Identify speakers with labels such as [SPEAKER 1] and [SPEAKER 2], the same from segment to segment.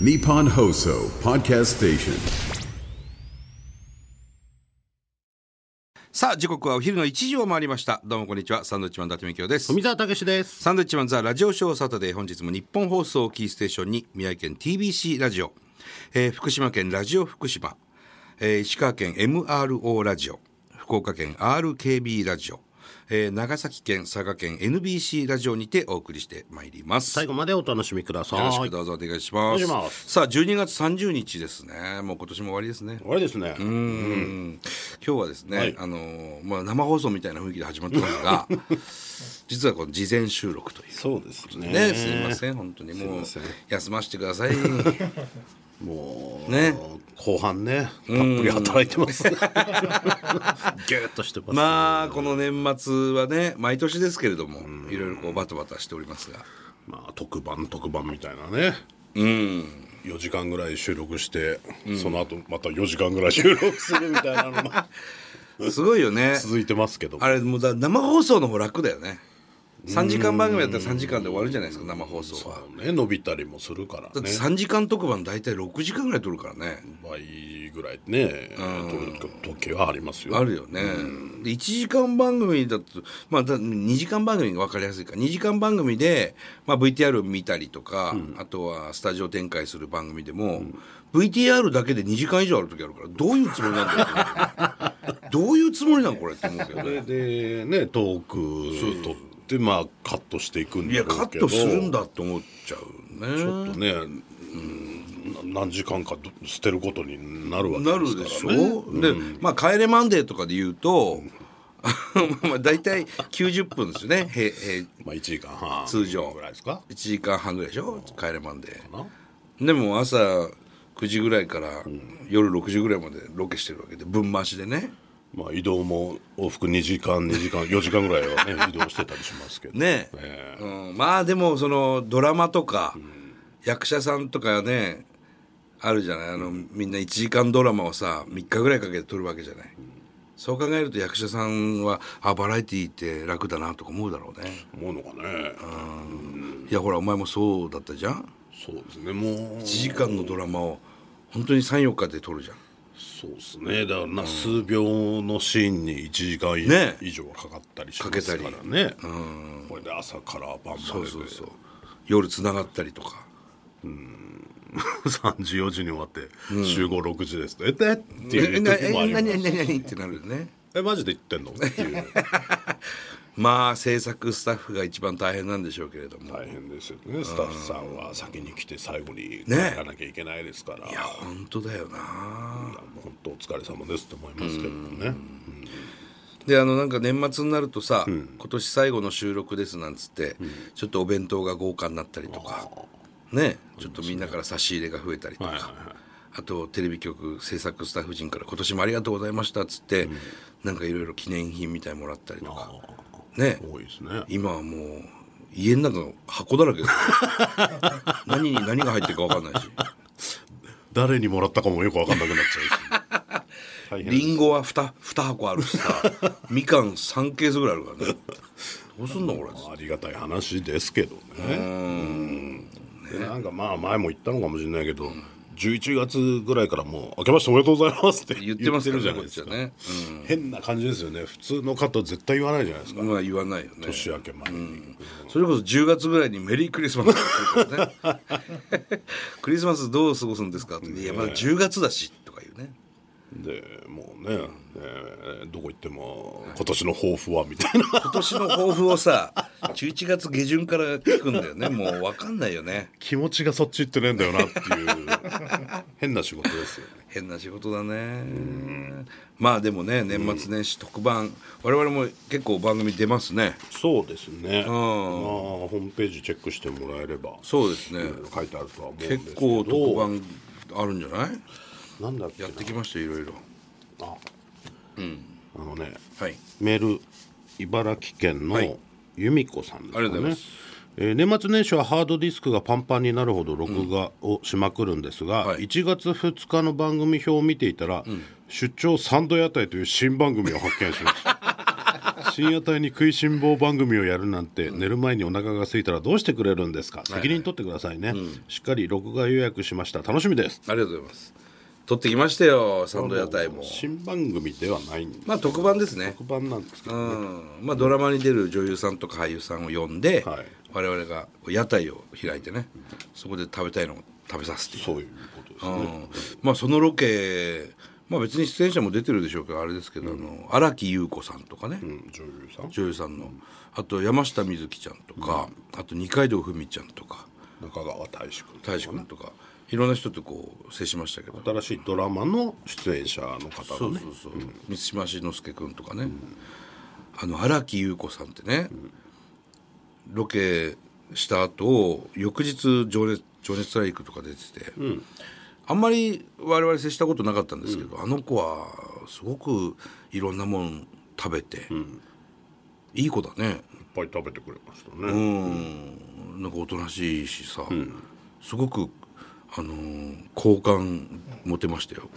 [SPEAKER 1] Nippon Hoso Podcast Station.
[SPEAKER 2] さあ、時刻はお昼の1時を回りました。どうもこんにちは。サンドウィッチマン伊達美京です。
[SPEAKER 3] 富澤たけしです。
[SPEAKER 2] サンドウィッチマンザラジオショーサタデー。本日も日本放送をキーステーションに、宮城県 TBC ラジオ、えー福島県ラジオ福島、えー石川県 MRO ラジオ、福岡県 RKB ラジオ、えー長崎県佐賀県 NBC ラジオにてお送りしてまいります。
[SPEAKER 3] 最後までお楽しみください。
[SPEAKER 2] よろしくどうぞお願いします。
[SPEAKER 3] お願いします
[SPEAKER 2] さあ、12月30日ですね。もう今年も終わりですね。
[SPEAKER 3] あれですね。
[SPEAKER 2] うん今日はですね、
[SPEAKER 3] はい
[SPEAKER 2] あのーまあ、生放送みたいな雰囲気で始まったんですが 実はこの事前収録という
[SPEAKER 3] そうですね。
[SPEAKER 2] ねすいません本当にもう
[SPEAKER 3] すいません
[SPEAKER 2] 休ませてくだ さい
[SPEAKER 3] もう、
[SPEAKER 2] ね
[SPEAKER 3] 後半ね、たっぷり働いてます。 ぎゅーっとしてます。
[SPEAKER 2] まあこの年末はね毎年ですけれどもいろいろこうバタバタしておりますが
[SPEAKER 3] まあ、特番特番みたいなね。うん。4時間ぐらい収録して、その後また4時間ぐらい収録するみたいなのも
[SPEAKER 2] すごいよね
[SPEAKER 3] 続いてますけど
[SPEAKER 2] あれもうだ生放送の方楽だよね3時間番組だったら3時間で終わるじゃないですか生放送は。
[SPEAKER 3] ね伸びたりもするから
[SPEAKER 2] だって
[SPEAKER 3] ね
[SPEAKER 2] 3時間特番大体6時間ぐらい撮るからね
[SPEAKER 3] 倍ぐらいね取る時はありますよ
[SPEAKER 2] あるよね、で1時間番組だと、まあ、だ2時間番組が分かりやすいから2時間番組で、まあ、VTR 見たりとか、あとはスタジオ展開する番組でも、VTR だけで2時間以上ある時あるからどういうつもりなんだろ うどういうつもりなのこれって思うけど
[SPEAKER 3] それ
[SPEAKER 2] ね。
[SPEAKER 3] でねトーク取ってまあカットしていくん
[SPEAKER 2] い
[SPEAKER 3] だろ
[SPEAKER 2] や
[SPEAKER 3] うけど
[SPEAKER 2] カットするんだって思っちゃ
[SPEAKER 3] ち
[SPEAKER 2] う
[SPEAKER 3] ょ
[SPEAKER 2] ね。
[SPEAKER 3] っとね、うん、な何時間かど捨てることになるわけ
[SPEAKER 2] な
[SPEAKER 3] で
[SPEAKER 2] る
[SPEAKER 3] すから、ね、
[SPEAKER 2] でしょ、で、まあ、帰れマンデーとかで言うと、 まあ、大体90分ですよね。へへ
[SPEAKER 3] まあ1時間半
[SPEAKER 2] 通常
[SPEAKER 3] ぐらいですか
[SPEAKER 2] 1時間半ぐらいでしょ帰れマンデー。
[SPEAKER 3] な
[SPEAKER 2] でも朝9時ぐらいから夜6時ぐらいまでロケしてるわけでぶん回しでね
[SPEAKER 3] まあ移動も往復2時間2時間4時間ぐらい はね移動してたりしますけど
[SPEAKER 2] ね
[SPEAKER 3] え
[SPEAKER 2] うん、まあでもそのドラマとか役者さんとかねあるじゃないあのみんな1時間ドラマをさ3日ぐらいかけて撮るわけじゃないそう考えると役者さんはあバラエティーって楽だなとか思うだろうね
[SPEAKER 3] 思うのかね
[SPEAKER 2] いやほらお前もそうだったじゃん
[SPEAKER 3] そうですねもう
[SPEAKER 2] 1時間のドラマを本当に34日で撮るじゃん
[SPEAKER 3] そうですねだからな、数秒のシーンに1時間以,、
[SPEAKER 2] ね
[SPEAKER 3] 以上はかかったりしますからねこれで朝から晩までで
[SPEAKER 2] そうそうそう夜つながったりとか
[SPEAKER 3] 3時4時に終わって集合6時です、えでってい
[SPEAKER 2] え
[SPEAKER 3] う
[SPEAKER 2] な
[SPEAKER 3] 時
[SPEAKER 2] え
[SPEAKER 3] もありま
[SPEAKER 2] な
[SPEAKER 3] す
[SPEAKER 2] になになにってなるよね
[SPEAKER 3] えマジで言ってんのっていう
[SPEAKER 2] まあ制作スタッフが一番大変なんでしょうけれども、
[SPEAKER 3] 大
[SPEAKER 2] い、
[SPEAKER 3] 変ですよねスタッフさんは先に来て最後に帰
[SPEAKER 2] ね
[SPEAKER 3] らなきゃいけないですから、い
[SPEAKER 2] や
[SPEAKER 3] や
[SPEAKER 2] 本当だよな
[SPEAKER 3] 本当お疲れ様ですって思いますけどもね
[SPEAKER 2] であのなんか年末になるとさ、今年最後の収録ですなんつって、ちょっとお弁当が豪華になったりとかねちょっとみんなから差し入れが増えたりとか、
[SPEAKER 3] はいはいはい
[SPEAKER 2] あとテレビ局制作スタッフ陣から今年もありがとうございましたっつって、なんかいろいろ記念品みたいもらったりとかね
[SPEAKER 3] 多いですね
[SPEAKER 2] 今はもう家の中の箱だらけで すよ何に何が入ってるか分かんないし
[SPEAKER 3] 誰にもらったかもよく分かんなくなっちゃうし大変
[SPEAKER 2] リンゴは 2, 2箱あるしさみかん3ケースぐらいあるからねどうすんのこれ
[SPEAKER 3] ありがたい話ですけどねうんでなんかまあ前も言ったのかもしれないけど11月ぐらいからもう「明けましておめでとうございます」って
[SPEAKER 2] 言ってますから
[SPEAKER 3] 言
[SPEAKER 2] ねこ
[SPEAKER 3] って
[SPEAKER 2] っ
[SPEAKER 3] る
[SPEAKER 2] ち
[SPEAKER 3] じゃ
[SPEAKER 2] は
[SPEAKER 3] ないで
[SPEAKER 2] ね、
[SPEAKER 3] すか、変な感じですよね普通の方絶対言わないじゃないですか
[SPEAKER 2] うん、まあ言わないよね
[SPEAKER 3] 年明け前に、
[SPEAKER 2] それこそ10月ぐらいにメリークリスマス って言ってるからねクリスマスどう過ごすんですかっていやまだ10月だしとか言うね
[SPEAKER 3] でもうね、えーどこ行っても今年の抱負はみたいな
[SPEAKER 2] 今年の抱負をさ11月下旬から聞くんだよねもう分かんないよね
[SPEAKER 3] 気持ちがそっち行ってねえんだよなっていう 変な仕事ですよね
[SPEAKER 2] 変な仕事だねまあでもね年末年始特番、我々も結構番組出ますね
[SPEAKER 3] そうですねまあホームページチェックしてもらえれば
[SPEAKER 2] そうですね
[SPEAKER 3] いろいろ書いてあるとは思うんですけど
[SPEAKER 2] 結構特番あるんじゃない
[SPEAKER 3] なんだっけ
[SPEAKER 2] や
[SPEAKER 3] な
[SPEAKER 2] ってきましたいろいろ
[SPEAKER 3] あ,、あのね
[SPEAKER 2] はい
[SPEAKER 3] メール茨城県
[SPEAKER 2] はい
[SPEAKER 3] の由美子さんですか
[SPEAKER 2] ありが
[SPEAKER 3] ね、
[SPEAKER 2] とうございます
[SPEAKER 3] えー年末年始はハードディスクがパンパンになるほど録画をしまくるんですが、
[SPEAKER 2] はい
[SPEAKER 3] 1月2日の番組 表を見ていたら、出張サンド屋台という新番組を発見しました深夜帯に食いしん坊番組をやるなんて、寝る前にお腹が空いたらどうしてくれるんですか責任取ってくださいね、しっかり録画予約しました楽しみです
[SPEAKER 2] ありがとうございます取ってきましたよサンド屋台も
[SPEAKER 3] 新番組ではないんです
[SPEAKER 2] まあ特番ですね
[SPEAKER 3] 特番なんですけど、
[SPEAKER 2] うんまあ、ドラマに出る女優さんとか俳優さんを呼んで、
[SPEAKER 3] はい
[SPEAKER 2] 我々が屋台を開いてねそこで食べたいのを食べさせて
[SPEAKER 3] そういうことですね
[SPEAKER 2] うんまあそのロケまあ別に出演者も出てるでしょうけどあれですけど、あの荒木優子さんとかね、
[SPEAKER 3] うん女優さん
[SPEAKER 2] 女優さんのあと山下美月ちゃんとか、あと二階堂ふみちゃんとか
[SPEAKER 3] 中川大志君
[SPEAKER 2] 大志君とかいろんな人とこう接しましたけど
[SPEAKER 3] 新しいドラマの出演者の方
[SPEAKER 2] そ
[SPEAKER 3] が
[SPEAKER 2] う
[SPEAKER 3] ね
[SPEAKER 2] そうそう、満島しのすけ君とかね、あの荒木優子さんってね、ロケした後翌日情熱「情熱大陸」とか出てて、あんまり我々接したことなかったんですけど、あの子はすごくいろんなもん食べて、いい子だね、
[SPEAKER 3] いっぱい食べてくれましたね、
[SPEAKER 2] うん、なんかおとなしいしさ、すごく、あのー好感持てましたよ。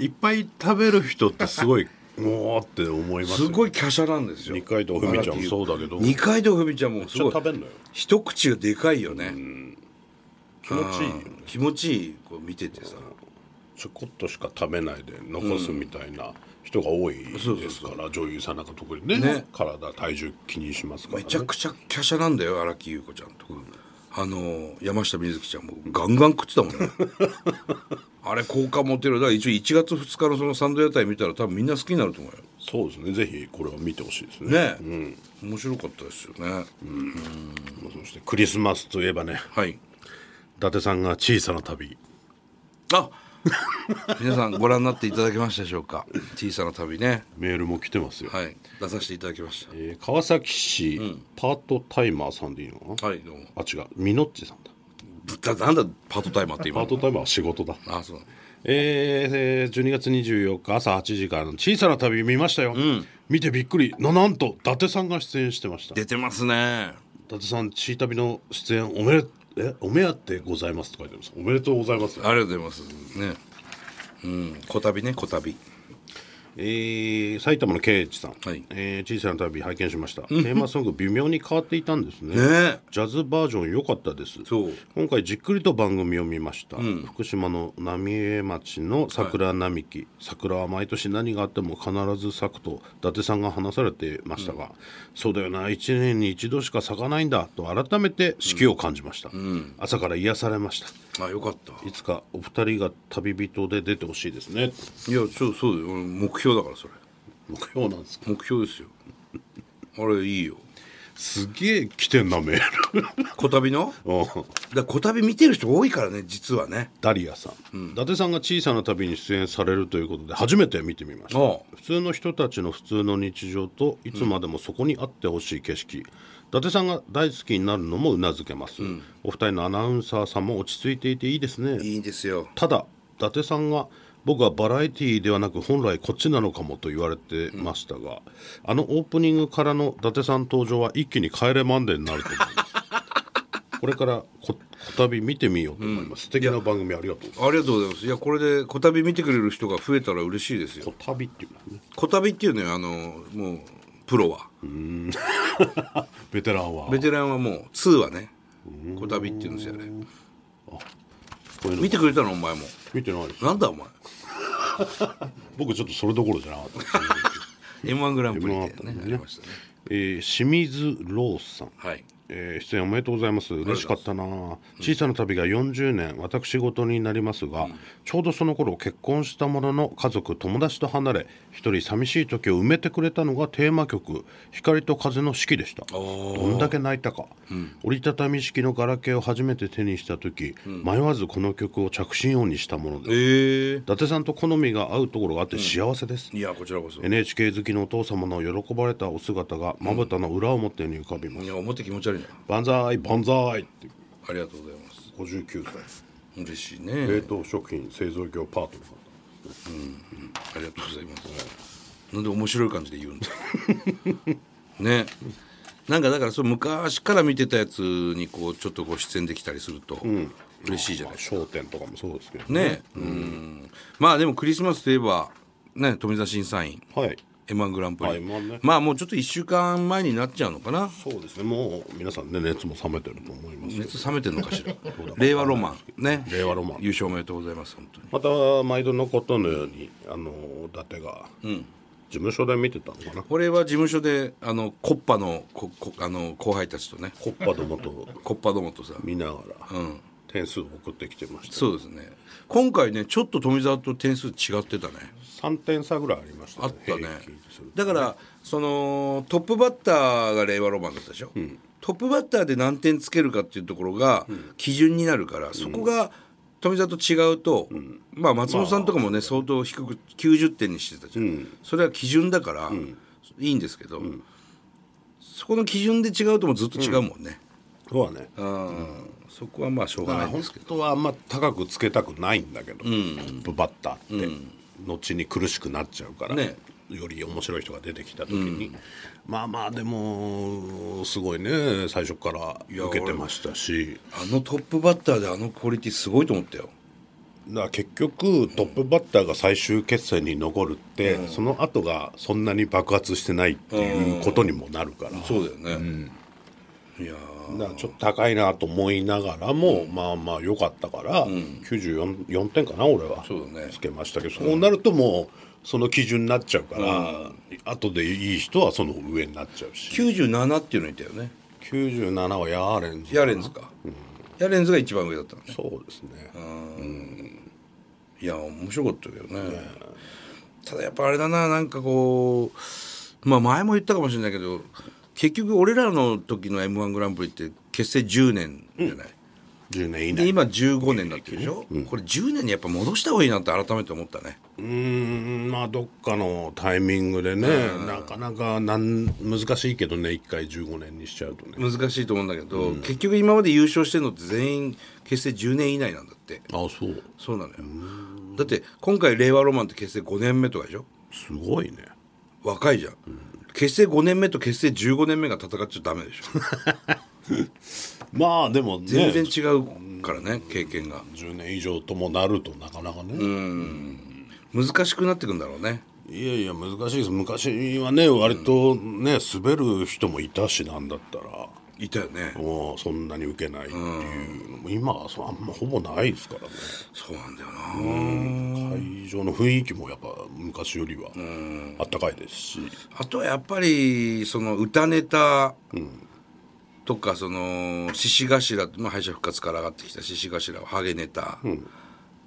[SPEAKER 3] いっぱい食べる人ってすごいおーって思います
[SPEAKER 2] す
[SPEAKER 3] よ
[SPEAKER 2] ごい華奢なんですよ
[SPEAKER 3] 二階堂ふみちゃんもそうだけど
[SPEAKER 2] 二階堂ふみちゃんもす
[SPEAKER 3] ち
[SPEAKER 2] ご
[SPEAKER 3] ょっ
[SPEAKER 2] い
[SPEAKER 3] と食べんのよ
[SPEAKER 2] 一口がでかいよね、
[SPEAKER 3] 気持ちいいよね
[SPEAKER 2] 気持ちいいこう見ててさ
[SPEAKER 3] ちょこっとしか食べないで残すみたいな人が多いですから、女優さんなんか特にね
[SPEAKER 2] ね
[SPEAKER 3] 体体重気にしますから、
[SPEAKER 2] め
[SPEAKER 3] ね、
[SPEAKER 2] ちゃくちゃ華奢なんだよ荒木優子ちゃんとか、あの山下美月ちゃんもガンガン食ってたもん ねあれ好感持てるだから一応1月2日のそのサンド屋台見たら多分みんな好きになると思うよ
[SPEAKER 3] そうですねぜひこれを見てほしいですね
[SPEAKER 2] ねえ、面白かったですよね、
[SPEAKER 3] そしてクリスマスといえばね
[SPEAKER 2] はい
[SPEAKER 3] 伊達さんが小さな旅
[SPEAKER 2] あ皆さんご覧になっていただけましたでしょうか小さな旅ね
[SPEAKER 3] メールも来てますよ、
[SPEAKER 2] はい出させていただきました
[SPEAKER 3] えー川崎市、パートタイマーさんでいいのかな、
[SPEAKER 2] はいどうも
[SPEAKER 3] あ違うみのっちさんだ
[SPEAKER 2] だなんだパートタイマーって今
[SPEAKER 3] パートタイマーは仕事だ
[SPEAKER 2] あそう
[SPEAKER 3] えーえー12月24日朝8時からの小さな旅見ましたよ、見てびっくりななんと伊達さんが出演してました
[SPEAKER 2] 出てますね
[SPEAKER 3] 伊達さん「ちい旅」の出演おめでえお目当てございますって書いてありますおめでとうございます
[SPEAKER 2] ありがとうございますねうん小旅ね小旅
[SPEAKER 3] えー埼玉のケイチさん、
[SPEAKER 2] はい
[SPEAKER 3] えー小さな旅拝見しましたテーマソング微妙に変わっていたんですね
[SPEAKER 2] ね
[SPEAKER 3] ジャズバージョン良かったです
[SPEAKER 2] そう
[SPEAKER 3] 今回じっくりと番組を見ました、福島の浪江町の桜並木、桜は毎年何があっても必ず咲くと伊達さんが話されてましたが、そうだよな1年に一度しか咲かないんだと改めて四季を感じました、朝から癒されました
[SPEAKER 2] あよかった
[SPEAKER 3] いつかお二人が旅人で出てほしいですね
[SPEAKER 2] いやそうそうだよ俺目標だからそれ
[SPEAKER 3] 目標なんですか
[SPEAKER 2] 目標ですよあれいいよ
[SPEAKER 3] すげえ来てんなメー ル
[SPEAKER 2] 小旅の
[SPEAKER 3] うん
[SPEAKER 2] だ小旅見てる人多いからね実はね
[SPEAKER 3] ダリアさん、伊達さんが小さな旅に出演されるということで初めて見てみました
[SPEAKER 2] ああ
[SPEAKER 3] 普通の人たちの普通の日常といつまでもそこにあってほしい景色、伊達さんが大好きになるのもうなずけます、お二人のアナウンサーさんも落ち着いていていいですね
[SPEAKER 2] いいんですよ
[SPEAKER 3] ただ伊達さんが僕はバラエティーではなく本来こっちなのかもと言われてましたが、あのオープニングからの伊達さん登場は一気に「帰れマンデー」になると思いますこれからここたび見てみようと思います、素敵な番組ありがとう
[SPEAKER 2] ありがとうございますいやこれで小旅見てくれる人が増えたら嬉しいですよ
[SPEAKER 3] こたびっていうのはね
[SPEAKER 2] 小旅っていうのはあのもうプロは
[SPEAKER 3] ベテランは
[SPEAKER 2] ベテランはもう2はね小旅っていうんですよね
[SPEAKER 3] こういうの
[SPEAKER 2] 見てくれたのお前も
[SPEAKER 3] 見てないです
[SPEAKER 2] なんだお前
[SPEAKER 3] 僕ちょっとそれどころじゃなかったですね、
[SPEAKER 2] m 1グランプリ
[SPEAKER 3] M1
[SPEAKER 2] でね
[SPEAKER 3] あったんでね
[SPEAKER 2] ありましたね
[SPEAKER 3] えー清水ロースさん
[SPEAKER 2] はい
[SPEAKER 3] えー出演おめでとうございます嬉しかったな、小さな旅が40年私事になりますが、ちょうどその頃結婚したものの家族友達と離れ一人寂しい時を埋めてくれたのがテーマ曲「光と風の式」でしたどんだけ泣いたか、折りたたみ式のガラケーを初めて手にした時、迷わずこの曲を着信音にしたものです、
[SPEAKER 2] ええ
[SPEAKER 3] 伊達さんと好みが合うところがあって幸せです、
[SPEAKER 2] いやこちらこそ
[SPEAKER 3] NHK 好きのお父様の喜ばれたお姿がまぶたの裏表に浮かびます、
[SPEAKER 2] いや思って気持ち悪いな
[SPEAKER 3] 万歳万歳って
[SPEAKER 2] ありがとうございます
[SPEAKER 3] 59歳
[SPEAKER 2] 嬉しい
[SPEAKER 3] 冷
[SPEAKER 2] ね
[SPEAKER 3] 凍食品製造業パートナー
[SPEAKER 2] ありがとうございますなんで面白い感じで言うんだねなんかだからそう昔から見てたやつにこうちょっとご出演できたりすると嬉しいじゃない
[SPEAKER 3] 商店とかもそうですけど
[SPEAKER 2] ねうんまあでもクリスマスといえばね富澤審査員
[SPEAKER 3] はい
[SPEAKER 2] m 1グランプリ、
[SPEAKER 3] はい M1 ね
[SPEAKER 2] まあもうちょっと1週間前になっちゃうのかな
[SPEAKER 3] そうですねもう皆さんね熱も冷めてると思いますよ
[SPEAKER 2] 熱冷めてるのかし ら令和ロマンね
[SPEAKER 3] 令和ロマン
[SPEAKER 2] 優勝おめでとうございます本当に
[SPEAKER 3] また毎度のことのようにあの伊達が、事務所で見てたのかな
[SPEAKER 2] これは事務所であのコッパのここあの後輩たちとね
[SPEAKER 3] コッパどもと
[SPEAKER 2] コッパどもとさ
[SPEAKER 3] 見ながら、点数を送ってきてました
[SPEAKER 2] そうですね今回ねちょっと富澤と点数違ってたね
[SPEAKER 3] 3点差ぐらいありましたね
[SPEAKER 2] あったね
[SPEAKER 3] 平均する
[SPEAKER 2] だからそのトップバッターが令和ロマンだったでしょ、トップバッターで何点つけるかっていうところが基準になるから、そこが富澤と違うと、まあ松本さんとかもね、相当低く90点にしてたじゃん、それは基準だから、いいんですけど、そこの基準で違うともずっと違うもんね、
[SPEAKER 3] そうはね
[SPEAKER 2] うんそこはまあしょうが
[SPEAKER 3] ま
[SPEAKER 2] な
[SPEAKER 3] あ
[SPEAKER 2] いんで
[SPEAKER 3] 本
[SPEAKER 2] すけど
[SPEAKER 3] 当はあんま高くつけたくないんだけど、トップバッターって、後に苦しくなっちゃうから、
[SPEAKER 2] ね
[SPEAKER 3] より面白い人が出てきた時に、まあまあでもすごいね最初から受けてましたし
[SPEAKER 2] あのトップバッターであのクオリティすごいと思ったよ
[SPEAKER 3] だから結局トップバッターが最終決戦に残るって、その後がそんなに爆発してないっていうことにもなるから、
[SPEAKER 2] そうだよね、いや
[SPEAKER 3] だからちょっと高いなと思いながらも、まあまあ良かったから、94 4点かな俺は
[SPEAKER 2] そうだね
[SPEAKER 3] つけましたけどそうなるともうその基準になっちゃうから、後でいい人はその上になっちゃうし
[SPEAKER 2] 97っていうのいたよね
[SPEAKER 3] 97はヤーレンズ
[SPEAKER 2] ヤーレンズか、ヤーレンズが一番上だったのね
[SPEAKER 3] そうですね、
[SPEAKER 2] いや面白かったけどね、ただやっぱあれだななんかこうまあ前も言ったかもしれないけど結局俺らの時の m 1グランプリって結成10年じゃない、
[SPEAKER 3] 10年以
[SPEAKER 2] で
[SPEAKER 3] 内
[SPEAKER 2] 今15年になってるでしょ、これ10年にやっぱ戻した方がいいなって改めて思ったね
[SPEAKER 3] うーんまあどっかのタイミングでね、なかなかなん難しいけどね1回15年にしちゃうとね
[SPEAKER 2] 難しいと思うんだけど、結局今まで優勝してるのって全員結成10年以内なんだって
[SPEAKER 3] あそう
[SPEAKER 2] そうなのよだって今回令和ロマンって結成5年目とかでしょ
[SPEAKER 3] すごいね
[SPEAKER 2] 若いじゃん、結成5年目と結成15年目が戦っちゃダメでし ょ
[SPEAKER 3] まあでもね
[SPEAKER 2] 全然違うからね経験が
[SPEAKER 3] 10年以上ともなるとなかなかね、
[SPEAKER 2] 難しくなってくんだろうね
[SPEAKER 3] いやいや難しいです昔はね割とね滑る人もいたしなんだったら
[SPEAKER 2] いたよね
[SPEAKER 3] もうそんなに受けないっていうのも今はそうあんまほぼないですからね
[SPEAKER 2] そうなんだよな
[SPEAKER 3] 会場の雰囲気もやっぱ昔よりはあったかいですし
[SPEAKER 2] あとはやっぱりその歌ネタとかその獅子頭って、まあ、敗者復活から上がってきた獅子頭はハゲネタ、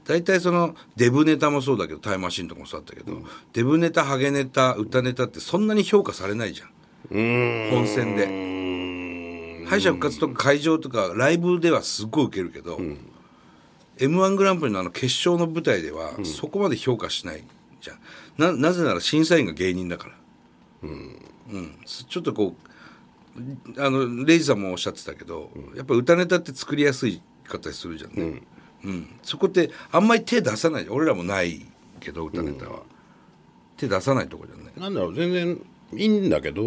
[SPEAKER 2] 大体そのデブネタもそうだけどタイムマシンとかもそうだったけど、デブネタハゲネタ歌ネタってそんなに評価されないじゃん本戦で。
[SPEAKER 3] うーん
[SPEAKER 2] 敗者復活とか会場とかライブではすっごい受けるけど、m 1グランプリのあの決勝の舞台ではそこまで評価しないじゃん、ななぜなら審査員が芸人だから、うんちょっとこうあのレイジさんもおっしゃってたけど、やっぱ歌ネタって作りやすい形するじゃんね、うんそこってあんまり手出さない俺らもないけど歌ネタは、手出さないとこじゃない
[SPEAKER 3] なんだろう全然いいんだけど、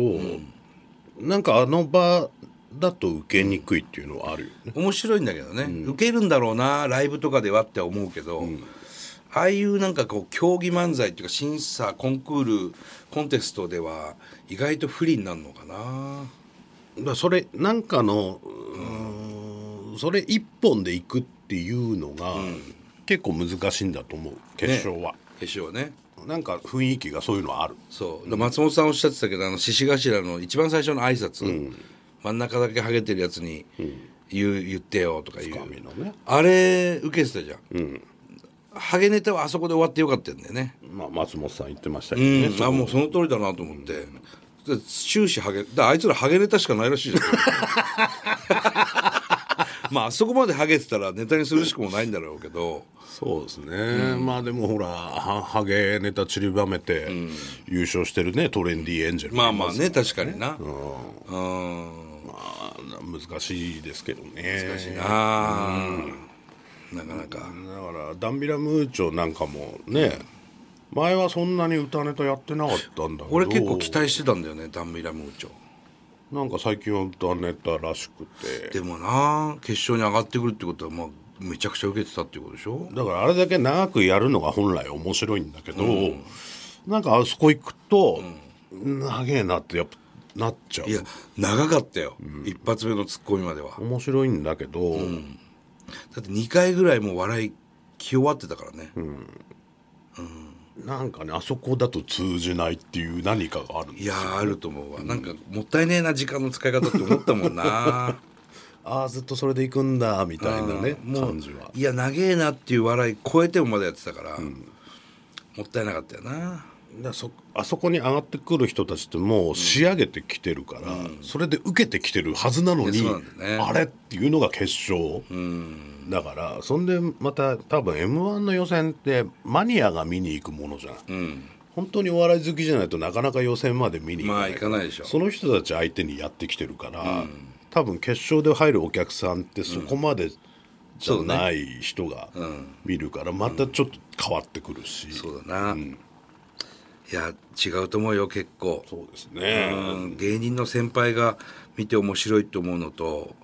[SPEAKER 3] なんかあの場だと受けにくいっていうのはあるよね
[SPEAKER 2] 面白いんだけどね、受けるんだろうなライブとかではって思うけど、ああいうなんかこう競技漫才っていうか審査コンクールコンテストでは意外と不利になるのかな
[SPEAKER 3] だからそれなんかのうーんそれ一本でいくっていうのが、結構難しいんだと思う決勝は、
[SPEAKER 2] 決勝はね
[SPEAKER 3] なんか雰囲気がそういうのはある
[SPEAKER 2] そうで松本さんおっしゃってたけどあの獅子頭の一番最初の挨拶、真ん中だけハゲてるやつに言う、言ってよとか言
[SPEAKER 3] 神
[SPEAKER 2] う
[SPEAKER 3] のね
[SPEAKER 2] あれ受けてたじゃん、ハゲネタはあそこで終わってよかったんだよね
[SPEAKER 3] まあ松本さん言ってましたけどね、
[SPEAKER 2] うん、あもうその通りだなと思って、で終始ハゲだからあいつらハゲネタしかないらしい じゃんまああそこまでハゲてたらネタにするしかもないんだろうけど
[SPEAKER 3] そうですね、まあでもほらはハゲネタ散りばめて優勝してるねトレンディエンジェルも
[SPEAKER 2] まあ
[SPEAKER 3] いす
[SPEAKER 2] まあね確かになうん
[SPEAKER 3] あー難しいですけどね難しいな
[SPEAKER 2] あーなかなか
[SPEAKER 3] だからダンビラムーチョなんかもね、前はそんなに歌ネタやってなかったんだけど
[SPEAKER 2] 俺結構期待してたんだよねダンビラムーチョ
[SPEAKER 3] なんか最近は歌ネタらしくて
[SPEAKER 2] でもな決勝に上がってくるってことはまあめちゃくちゃ受けてたっていうことでしょ
[SPEAKER 3] だからあれだけ長くやるのが本来面白いんだけど、なんかあそこ行くと、長えなってやっぱなっちゃう
[SPEAKER 2] いや長かったよ、一発目のツッコミまでは
[SPEAKER 3] 面白いんだけど、
[SPEAKER 2] だって2回ぐらいもう笑いき終わってたからね、
[SPEAKER 3] なんかねあそこだと通じないっていう何かがある
[SPEAKER 2] いやーあると思うわなんかもったいねえな時間の使い方って思ったもん な
[SPEAKER 3] ああずっとそれで行くんだみたいなね
[SPEAKER 2] もう
[SPEAKER 3] 感じはい
[SPEAKER 2] や長えなっていう笑い超えてもまだやってたから、もったいなかったよな
[SPEAKER 3] だそあそこに上がってくる人たちってもう仕上げてきてるから、それで受けてきてるはずなの
[SPEAKER 2] い
[SPEAKER 3] に、
[SPEAKER 2] やそうなんだよね
[SPEAKER 3] あれっていうのが決勝、だからそんでまた多分 m 1の予選ってマニアが見に行くものじゃん、本当にお笑い好きじゃないとなかなか予選まで見に行かない,、
[SPEAKER 2] まあ行かないでしょ
[SPEAKER 3] その人たち相手にやってきてるから、多分決勝で入るお客さんってそこまでじゃない人が見るから、またちょっと変わってくるし、
[SPEAKER 2] そうだな、いや違うと思うよ結構
[SPEAKER 3] そうですね、
[SPEAKER 2] うん芸人の先輩が見て面白いと思うのと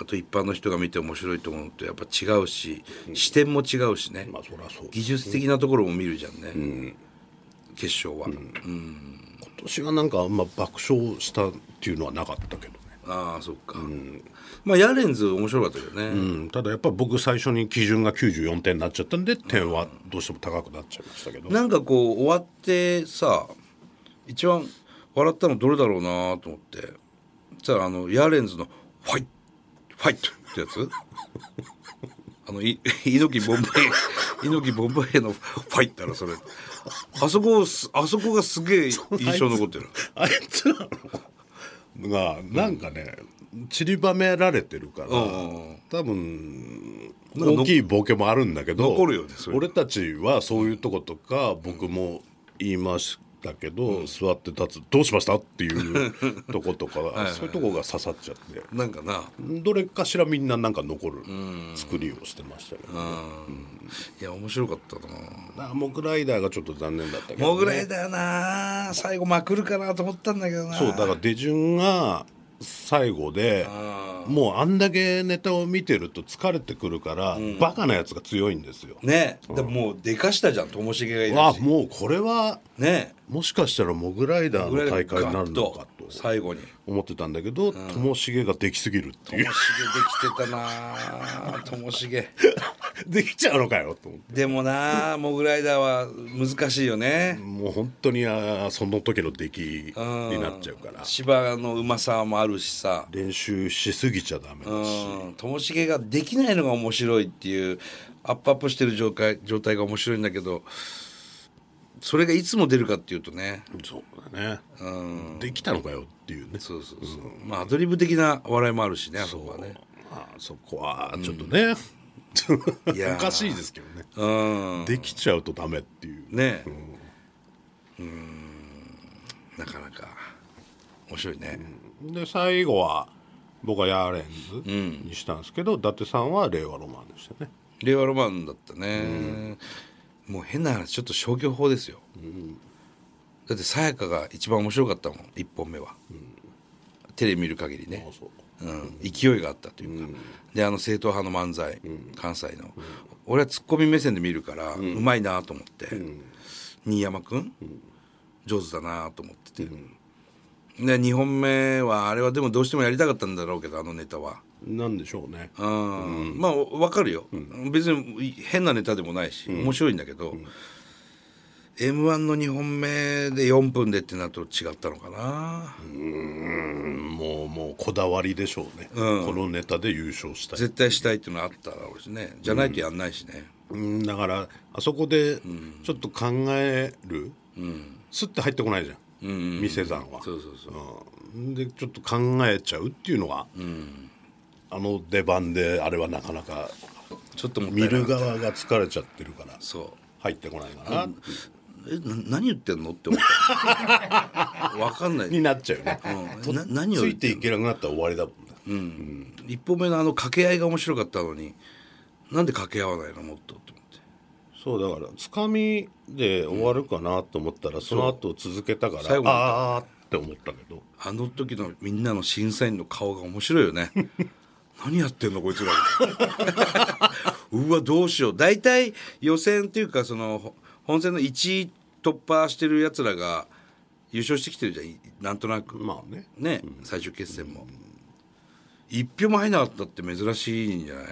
[SPEAKER 2] あと一般の人が見て面白いと思うのとやっぱ違うし、視点も違うしね、
[SPEAKER 3] まあそりゃそう
[SPEAKER 2] 技術的なところも見るじゃんね、決勝は、
[SPEAKER 3] 今年はなんかあんま爆笑したっていうのはなかったけどね、
[SPEAKER 2] ああそっか、まあヤーレンズ面白かったけどね、
[SPEAKER 3] うん、ただやっぱ僕最初に基準が94点になっちゃったんで点はどうしても高くなっちゃいましたけど、
[SPEAKER 2] なんかこう終わってさ一番笑ったのどれだろうなと思ってそしたらあのヤーレンズの「ファイファイト!」ってやつ あのい猪木ボンバ イ猪木ボンバイの「ファイ」ったらそれあそこをすあそこがすげえ印象残ってる
[SPEAKER 3] あいつらのがなんかね、散りばめられてるから、多分
[SPEAKER 2] んか
[SPEAKER 3] 大きいボケもあるんだけど
[SPEAKER 2] 残るよねそれ
[SPEAKER 3] 俺たちはそういうとことか僕も言いましたけど、座って立つどうしましたっていうとこと かそういうとこが刺さっちゃって。
[SPEAKER 2] なんかな
[SPEAKER 3] どれかしらみんななんか残る作りをしてましたけど、ね、
[SPEAKER 2] いや面白かったな
[SPEAKER 3] あモグライダーがちょっと残念だったけど、ね、
[SPEAKER 2] モグライダーな最後まくるかなと思ったんだけどな
[SPEAKER 3] そうだから出順が最後でもうあんだけネタを見てると疲れてくるから、バカなやつが強いんですよ。
[SPEAKER 2] ねでももうでかしたじゃんともしげがいる
[SPEAKER 3] あ
[SPEAKER 2] し
[SPEAKER 3] もうこれは
[SPEAKER 2] ね
[SPEAKER 3] もしかしたらモグライダー
[SPEAKER 2] ぐら
[SPEAKER 3] の
[SPEAKER 2] い
[SPEAKER 3] 大会になるのかと
[SPEAKER 2] 最後に
[SPEAKER 3] 思ってたんだけどともしげができすぎるっていう
[SPEAKER 2] ともしげできてたなあともしげ
[SPEAKER 3] できちゃうのかよと思って。
[SPEAKER 2] でもなあモグライダーは難しいよね
[SPEAKER 3] もう本当にあーその時の出来になっちゃうから
[SPEAKER 2] 芝のうまさもあるしさ
[SPEAKER 3] 練習しすぎちゃダメだし
[SPEAKER 2] うんともしげができないのが面白いっていうアップアップしてる状態状態が面白いんだけどそれがいつも出るかっていうとね
[SPEAKER 3] そうだね、できたのかよっていうねそ
[SPEAKER 2] そうそうそう、まあアドリブ的な笑いもあるしねあそこはね
[SPEAKER 3] まあ、そこはちょっとね、
[SPEAKER 2] いやー
[SPEAKER 3] おかしいですけどね
[SPEAKER 2] うん
[SPEAKER 3] できちゃうとダメっていう
[SPEAKER 2] ねえうんなかなか面白いね、
[SPEAKER 3] で最後は僕はヤーレンズにしたんですけど、伊達さんは令和ロマンでしたね
[SPEAKER 2] 令和ロマンだったね、もう変な話ちょっと消去法ですよ、だってさやかが一番面白かったもん1本目は、テレビ見る限りね
[SPEAKER 3] そう
[SPEAKER 2] うん、勢いがあったというか、であの正統派の漫才、関西の、俺はツッコミ目線で見るから、うまいなと思って、新山君、上手だなと思ってて、で2本目はあれはでもどうしてもやりたかったんだろうけどあのネタは。
[SPEAKER 3] なんでしょうね
[SPEAKER 2] うんまあ分かるよ、別に変なネタでもないし、面白いんだけど、m 1の2本目で4分でってなると違ったのかな、
[SPEAKER 3] もうもうこだわりでしょうね、このネタで優勝したい
[SPEAKER 2] 絶対したいっていうのはあっただろうしねじゃないとやんないしね、
[SPEAKER 3] うんだからあそこでちょっと考える、スッて入ってこないじゃん、店さんは
[SPEAKER 2] そうそうそう
[SPEAKER 3] うんでちょっと考えちゃうっていうのが、あの出番であれはなかなか
[SPEAKER 2] ちょっともったい
[SPEAKER 3] 見
[SPEAKER 2] なか
[SPEAKER 3] る
[SPEAKER 2] った
[SPEAKER 3] 側が疲れちゃってるから
[SPEAKER 2] そ
[SPEAKER 3] 入ってこないかな、
[SPEAKER 2] うえな何言ってんのって思った分かんない、
[SPEAKER 3] になっちゃうよね、
[SPEAKER 2] うんな何を
[SPEAKER 3] つ
[SPEAKER 2] 言っ
[SPEAKER 3] いていけなくなったら終わりだもんね、
[SPEAKER 2] 一歩目のあの掛け合いが面白かったのになんで掛け合わないのもっとって思って
[SPEAKER 3] そうだからつかみで終わるかなと思ったら、その後続けたから
[SPEAKER 2] 最後の
[SPEAKER 3] ああーって思ったけど
[SPEAKER 2] あの時のみんなの審査員の顔が面白いよね 何やってんのこいつら うわどうしよう大体予選っていうかそのほ本戦の1位突破してるやつらが優勝してきてるじゃんなんとなく
[SPEAKER 3] まあね
[SPEAKER 2] ね最終決戦も一票も入んなかったって珍しいんじゃない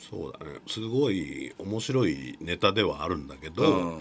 [SPEAKER 3] そうだねすごい面白いネタではあるんだけど、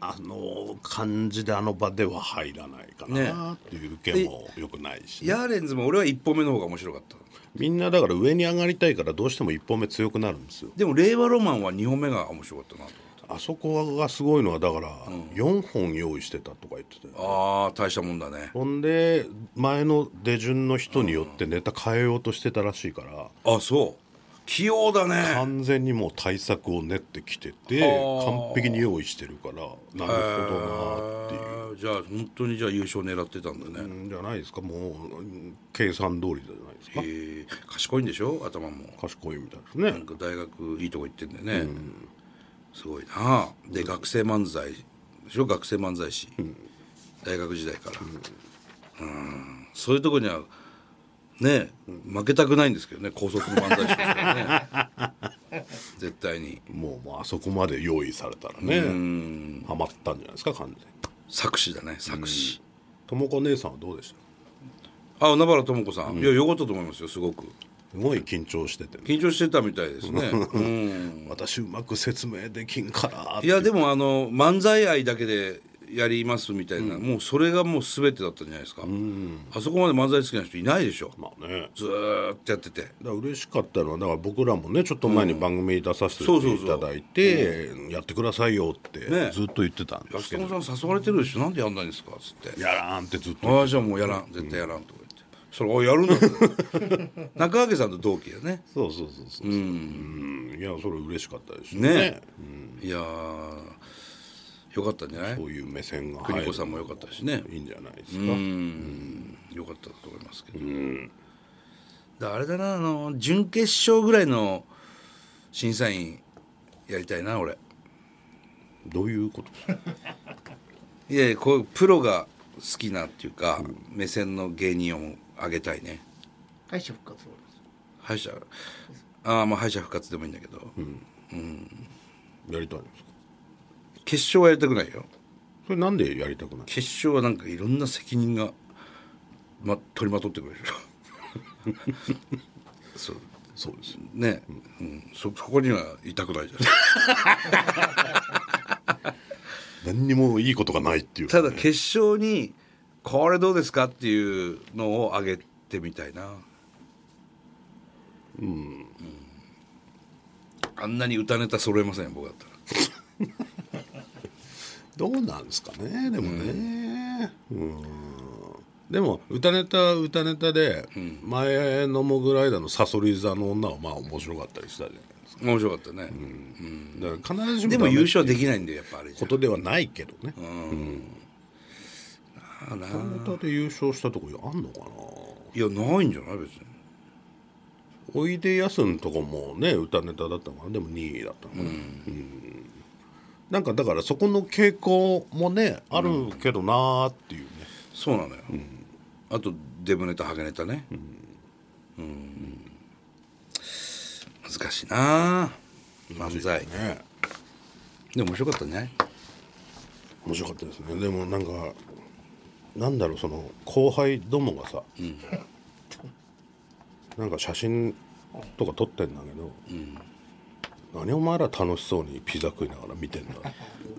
[SPEAKER 3] あの感じであの場では入らないかなっていう意見もよくないし、
[SPEAKER 2] ヤーレンズも俺は1本目の方が面白かった
[SPEAKER 3] みんなだから上に上がりたいからどうしても一本目強くなるんですよ
[SPEAKER 2] でも令和ロマンは2本目が面白かったなと
[SPEAKER 3] あそこがすごいのはだから4本用意してたとか言ってたよ、
[SPEAKER 2] ああ大したもんだね
[SPEAKER 3] ほんで前の出順の人によってネタ変えようとしてたらしいから
[SPEAKER 2] あそう器用だね
[SPEAKER 3] 完全にもう対策を練ってきてて
[SPEAKER 2] あー
[SPEAKER 3] 完璧に用意してるからなるほどなっていう。
[SPEAKER 2] あーじゃあ本当にじゃあ優勝狙ってたんだね、
[SPEAKER 3] うんじゃないですかもううん計算通りじゃないですか
[SPEAKER 2] えー賢いんでしょ頭も
[SPEAKER 3] 賢いみたいですね、
[SPEAKER 2] なんか大学いいとこ行ってんだよね、すごいなで学生漫才でしょ学生漫才師、大学時代からうんそういうとこにはね負けたくないんですけどね高卒の漫才師ですからね 絶対に
[SPEAKER 3] もうもうあそこまで用意されたらねハマったんじゃないですか完全に
[SPEAKER 2] 作詞だね作詞、
[SPEAKER 3] ともこ姉さんはどうでした
[SPEAKER 2] あ海原智子さん、いやよかったと思いますよすごく
[SPEAKER 3] すごい緊張してて、ね、
[SPEAKER 2] 緊張してたみたいです ね、うん
[SPEAKER 3] 私うまく説明できんから
[SPEAKER 2] いやでもあの漫才愛だけでやりますみたいな、もうそれがもう全てだったんじゃないですか、あそこまで漫才好きな人いないでしょ
[SPEAKER 3] まあね
[SPEAKER 2] ずーっとやってて
[SPEAKER 3] だから嬉しかったのはだから僕らもねちょっと前に番組に出させていただいて、やってくださいよって
[SPEAKER 2] ね
[SPEAKER 3] ずっと言ってたん
[SPEAKER 2] 「
[SPEAKER 3] です
[SPEAKER 2] 安
[SPEAKER 3] けど、
[SPEAKER 2] 友さん誘われてるでしょなんでやんないんですか?」っつって
[SPEAKER 3] やらんってずっ
[SPEAKER 2] 「
[SPEAKER 3] と
[SPEAKER 2] ああじゃあもうやらん絶対やらん」とか言って「それおいやるんだ」 中川家さんと同期やね
[SPEAKER 3] そうそうそうそう、うんいやそれ嬉しかったです
[SPEAKER 2] ねいやーよかったんじゃない
[SPEAKER 3] そういう目線が
[SPEAKER 2] 邦子さんもよかったしね
[SPEAKER 3] いいんじゃないですか、
[SPEAKER 2] よかったと思いますけど、だあれだなあの準決勝ぐらいの審査員やりたいな俺
[SPEAKER 3] どういうことですか
[SPEAKER 2] いやいやこうプロが好きなっていうか、目線の芸人を上げたいね
[SPEAKER 4] 敗者復活を
[SPEAKER 2] 敗者ああまあ敗者復活でもいいんだけど、
[SPEAKER 3] やりたいんですか
[SPEAKER 2] 決勝はやりたくないよ
[SPEAKER 3] それなんでやりたくない
[SPEAKER 2] 決勝はなんかいろんな責任が、ま、取りまとってくるでしょそう
[SPEAKER 3] そうです
[SPEAKER 2] ね、うん、そそこにはいたくないじゃない
[SPEAKER 3] 何にもいいことがないっていう
[SPEAKER 2] ただ決勝にこれどうですかっていうのを上げてみたいなうん、あんなに歌ネタ揃えませんよ僕だったら
[SPEAKER 3] どうなんですかねでもねうんでも歌ネタ歌ネタで前のモグライダーのサソリ座の女はまあ面白かったりしたじゃないですか
[SPEAKER 2] 面白かったね、
[SPEAKER 3] だから必ずしも
[SPEAKER 2] でも優勝
[SPEAKER 3] で
[SPEAKER 2] できないんだよやっぱあれじ
[SPEAKER 3] ことではないけどね
[SPEAKER 2] ゃあな
[SPEAKER 3] 歌ネタで優勝したとこあんのかない
[SPEAKER 2] やないんじゃない別に
[SPEAKER 3] おいでやすんとこもね歌ネタだったのかなでも2位だったのかな、うんなんかだからそこの傾向もねあるけどなーっていうね、
[SPEAKER 2] そうなのよ、あとデブネタハゲネタねうん、難しいな漫才、
[SPEAKER 3] ね
[SPEAKER 2] でも面白かったね
[SPEAKER 3] 面白かったですねでもなんかなんだろうその後輩どもがさ、なんか写真とか撮ってんだけど、何お前ら楽しそうにピザ食いながら見てんだ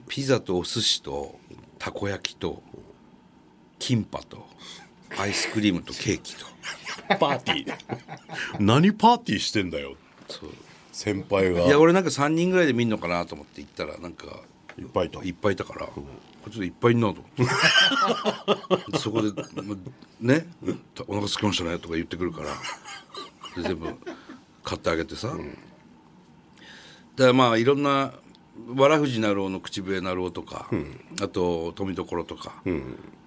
[SPEAKER 2] ピザとお寿司とたこ焼きとキンパとアイスクリームとケーキと
[SPEAKER 3] パーティー 何パーティーしてんだよ
[SPEAKER 2] そう
[SPEAKER 3] 先輩が
[SPEAKER 2] いや
[SPEAKER 3] い
[SPEAKER 2] 俺なんか3人ぐらいで見んのかなと思って行ったらなんか
[SPEAKER 3] っぱいと
[SPEAKER 2] いっぱいいたから、これちょっといっぱいいんなと思って そこでま「ねお腹すきましたね」とか言ってくるからで全部買ってあげてさ、だからまあいろんなわらふじなろうの口笛なろうとか、あと富所とか、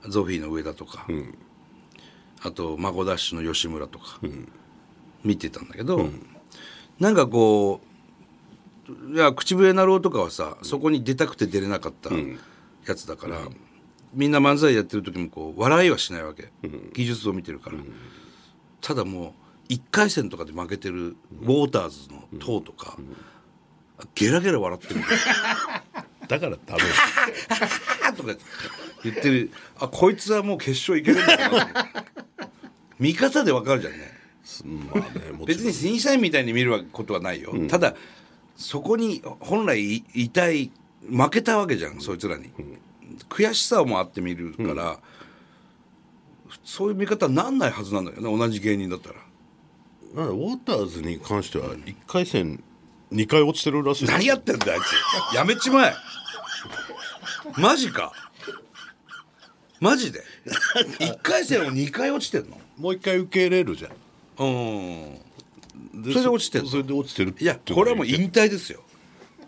[SPEAKER 2] ゾフィーの上田とか、あと孫ダッシュの吉村とか、見てたんだけど、なんかこういや口笛なろうとかはさそこに出たくて出れなかったやつだから、みんな漫才やってる時もこう笑いはしないわけ、技術を見てるから、ただもう1回戦とかで負けてるウォーターズの塔とか、ゲラゲラ笑ってる
[SPEAKER 3] だからダメ
[SPEAKER 2] あーとか言ってるあこいつはもう決勝いけるんだなって見方でわかるじゃんね
[SPEAKER 3] です。まあね、もち
[SPEAKER 2] 別
[SPEAKER 3] ろん
[SPEAKER 2] に審査員みたいに見ることはないよ、ただそこに本来いいたい負けたわけじゃんそいつらに、悔しさもあって見るから、そういう見方なんないはずなんだよね同じ芸人だったら
[SPEAKER 3] まあウォーターズに関しては一回戦二回落ちてるらしいです。
[SPEAKER 2] 何やってんだあいつ やめちまえマジかマジで1回戦を2回落ちてんの
[SPEAKER 3] もう一回受け入れるじゃん。
[SPEAKER 2] うん
[SPEAKER 3] で
[SPEAKER 2] それで落ちてるの
[SPEAKER 3] それで落ちてるって
[SPEAKER 2] いやこれはもう引退ですよ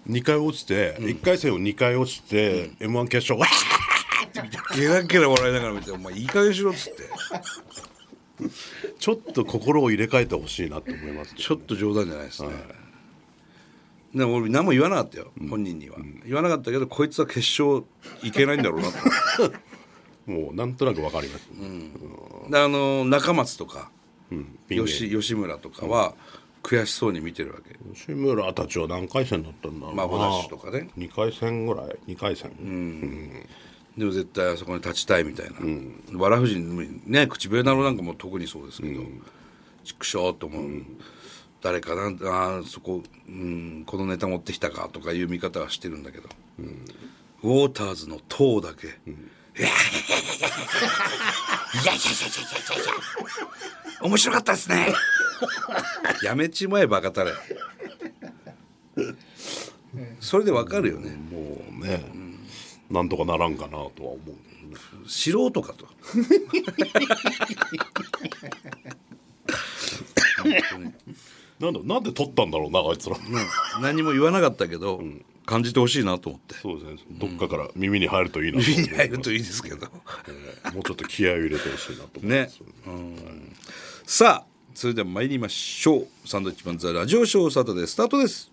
[SPEAKER 3] 2回落ちて、一1回戦を2回落ちて、m 1決勝わー
[SPEAKER 2] ゲラゲラ笑いながら見て「お前いい加減しろ」っつって
[SPEAKER 3] ちょっと心を入れ替えてほしいなと思いますけど
[SPEAKER 2] ちょっと冗談じゃないですね、でも俺何も言わなかったよ、本人には、言わなかったけどこいつは決勝いけないんだろうな と
[SPEAKER 3] もうなんとなくわかります、
[SPEAKER 2] であの中松とか
[SPEAKER 3] うんピン芸
[SPEAKER 2] 吉吉村とかは悔しそうに見てるわけ、
[SPEAKER 3] 吉村たちは何回戦だったんだろうな
[SPEAKER 2] 孫ダッシュとかね
[SPEAKER 3] 2回戦ぐらい2回戦、
[SPEAKER 2] でも絶対あそこに立ちたいみたいな、わらふじにね口笛なろなんかも特にそうですけど、畜生と思う、誰かなあーそこ、うん、このネタ持ってきたかとかいう見方はしてるんだけど、ウォーターズの塔だけ、いやいやいやいやいやいやいやいや面白かったですねやめちまえバカたれそれでわかるよね、
[SPEAKER 3] もうね、なんとかならんかなとは思うけどね
[SPEAKER 2] 素人かと。
[SPEAKER 3] なんだなんで取ったんだろうなあいつら、
[SPEAKER 2] 何も言わなかったけど、感じてほしいなと思って
[SPEAKER 3] そうですねどっかから耳に入るといいなと思う
[SPEAKER 2] 耳に入るといいですけど
[SPEAKER 3] もうちょっと気合を入れてほしいなと思いま
[SPEAKER 2] ね
[SPEAKER 3] す、
[SPEAKER 2] さあそれでは参りましょうサンドウィッチマンザラジオショーサタデースタートです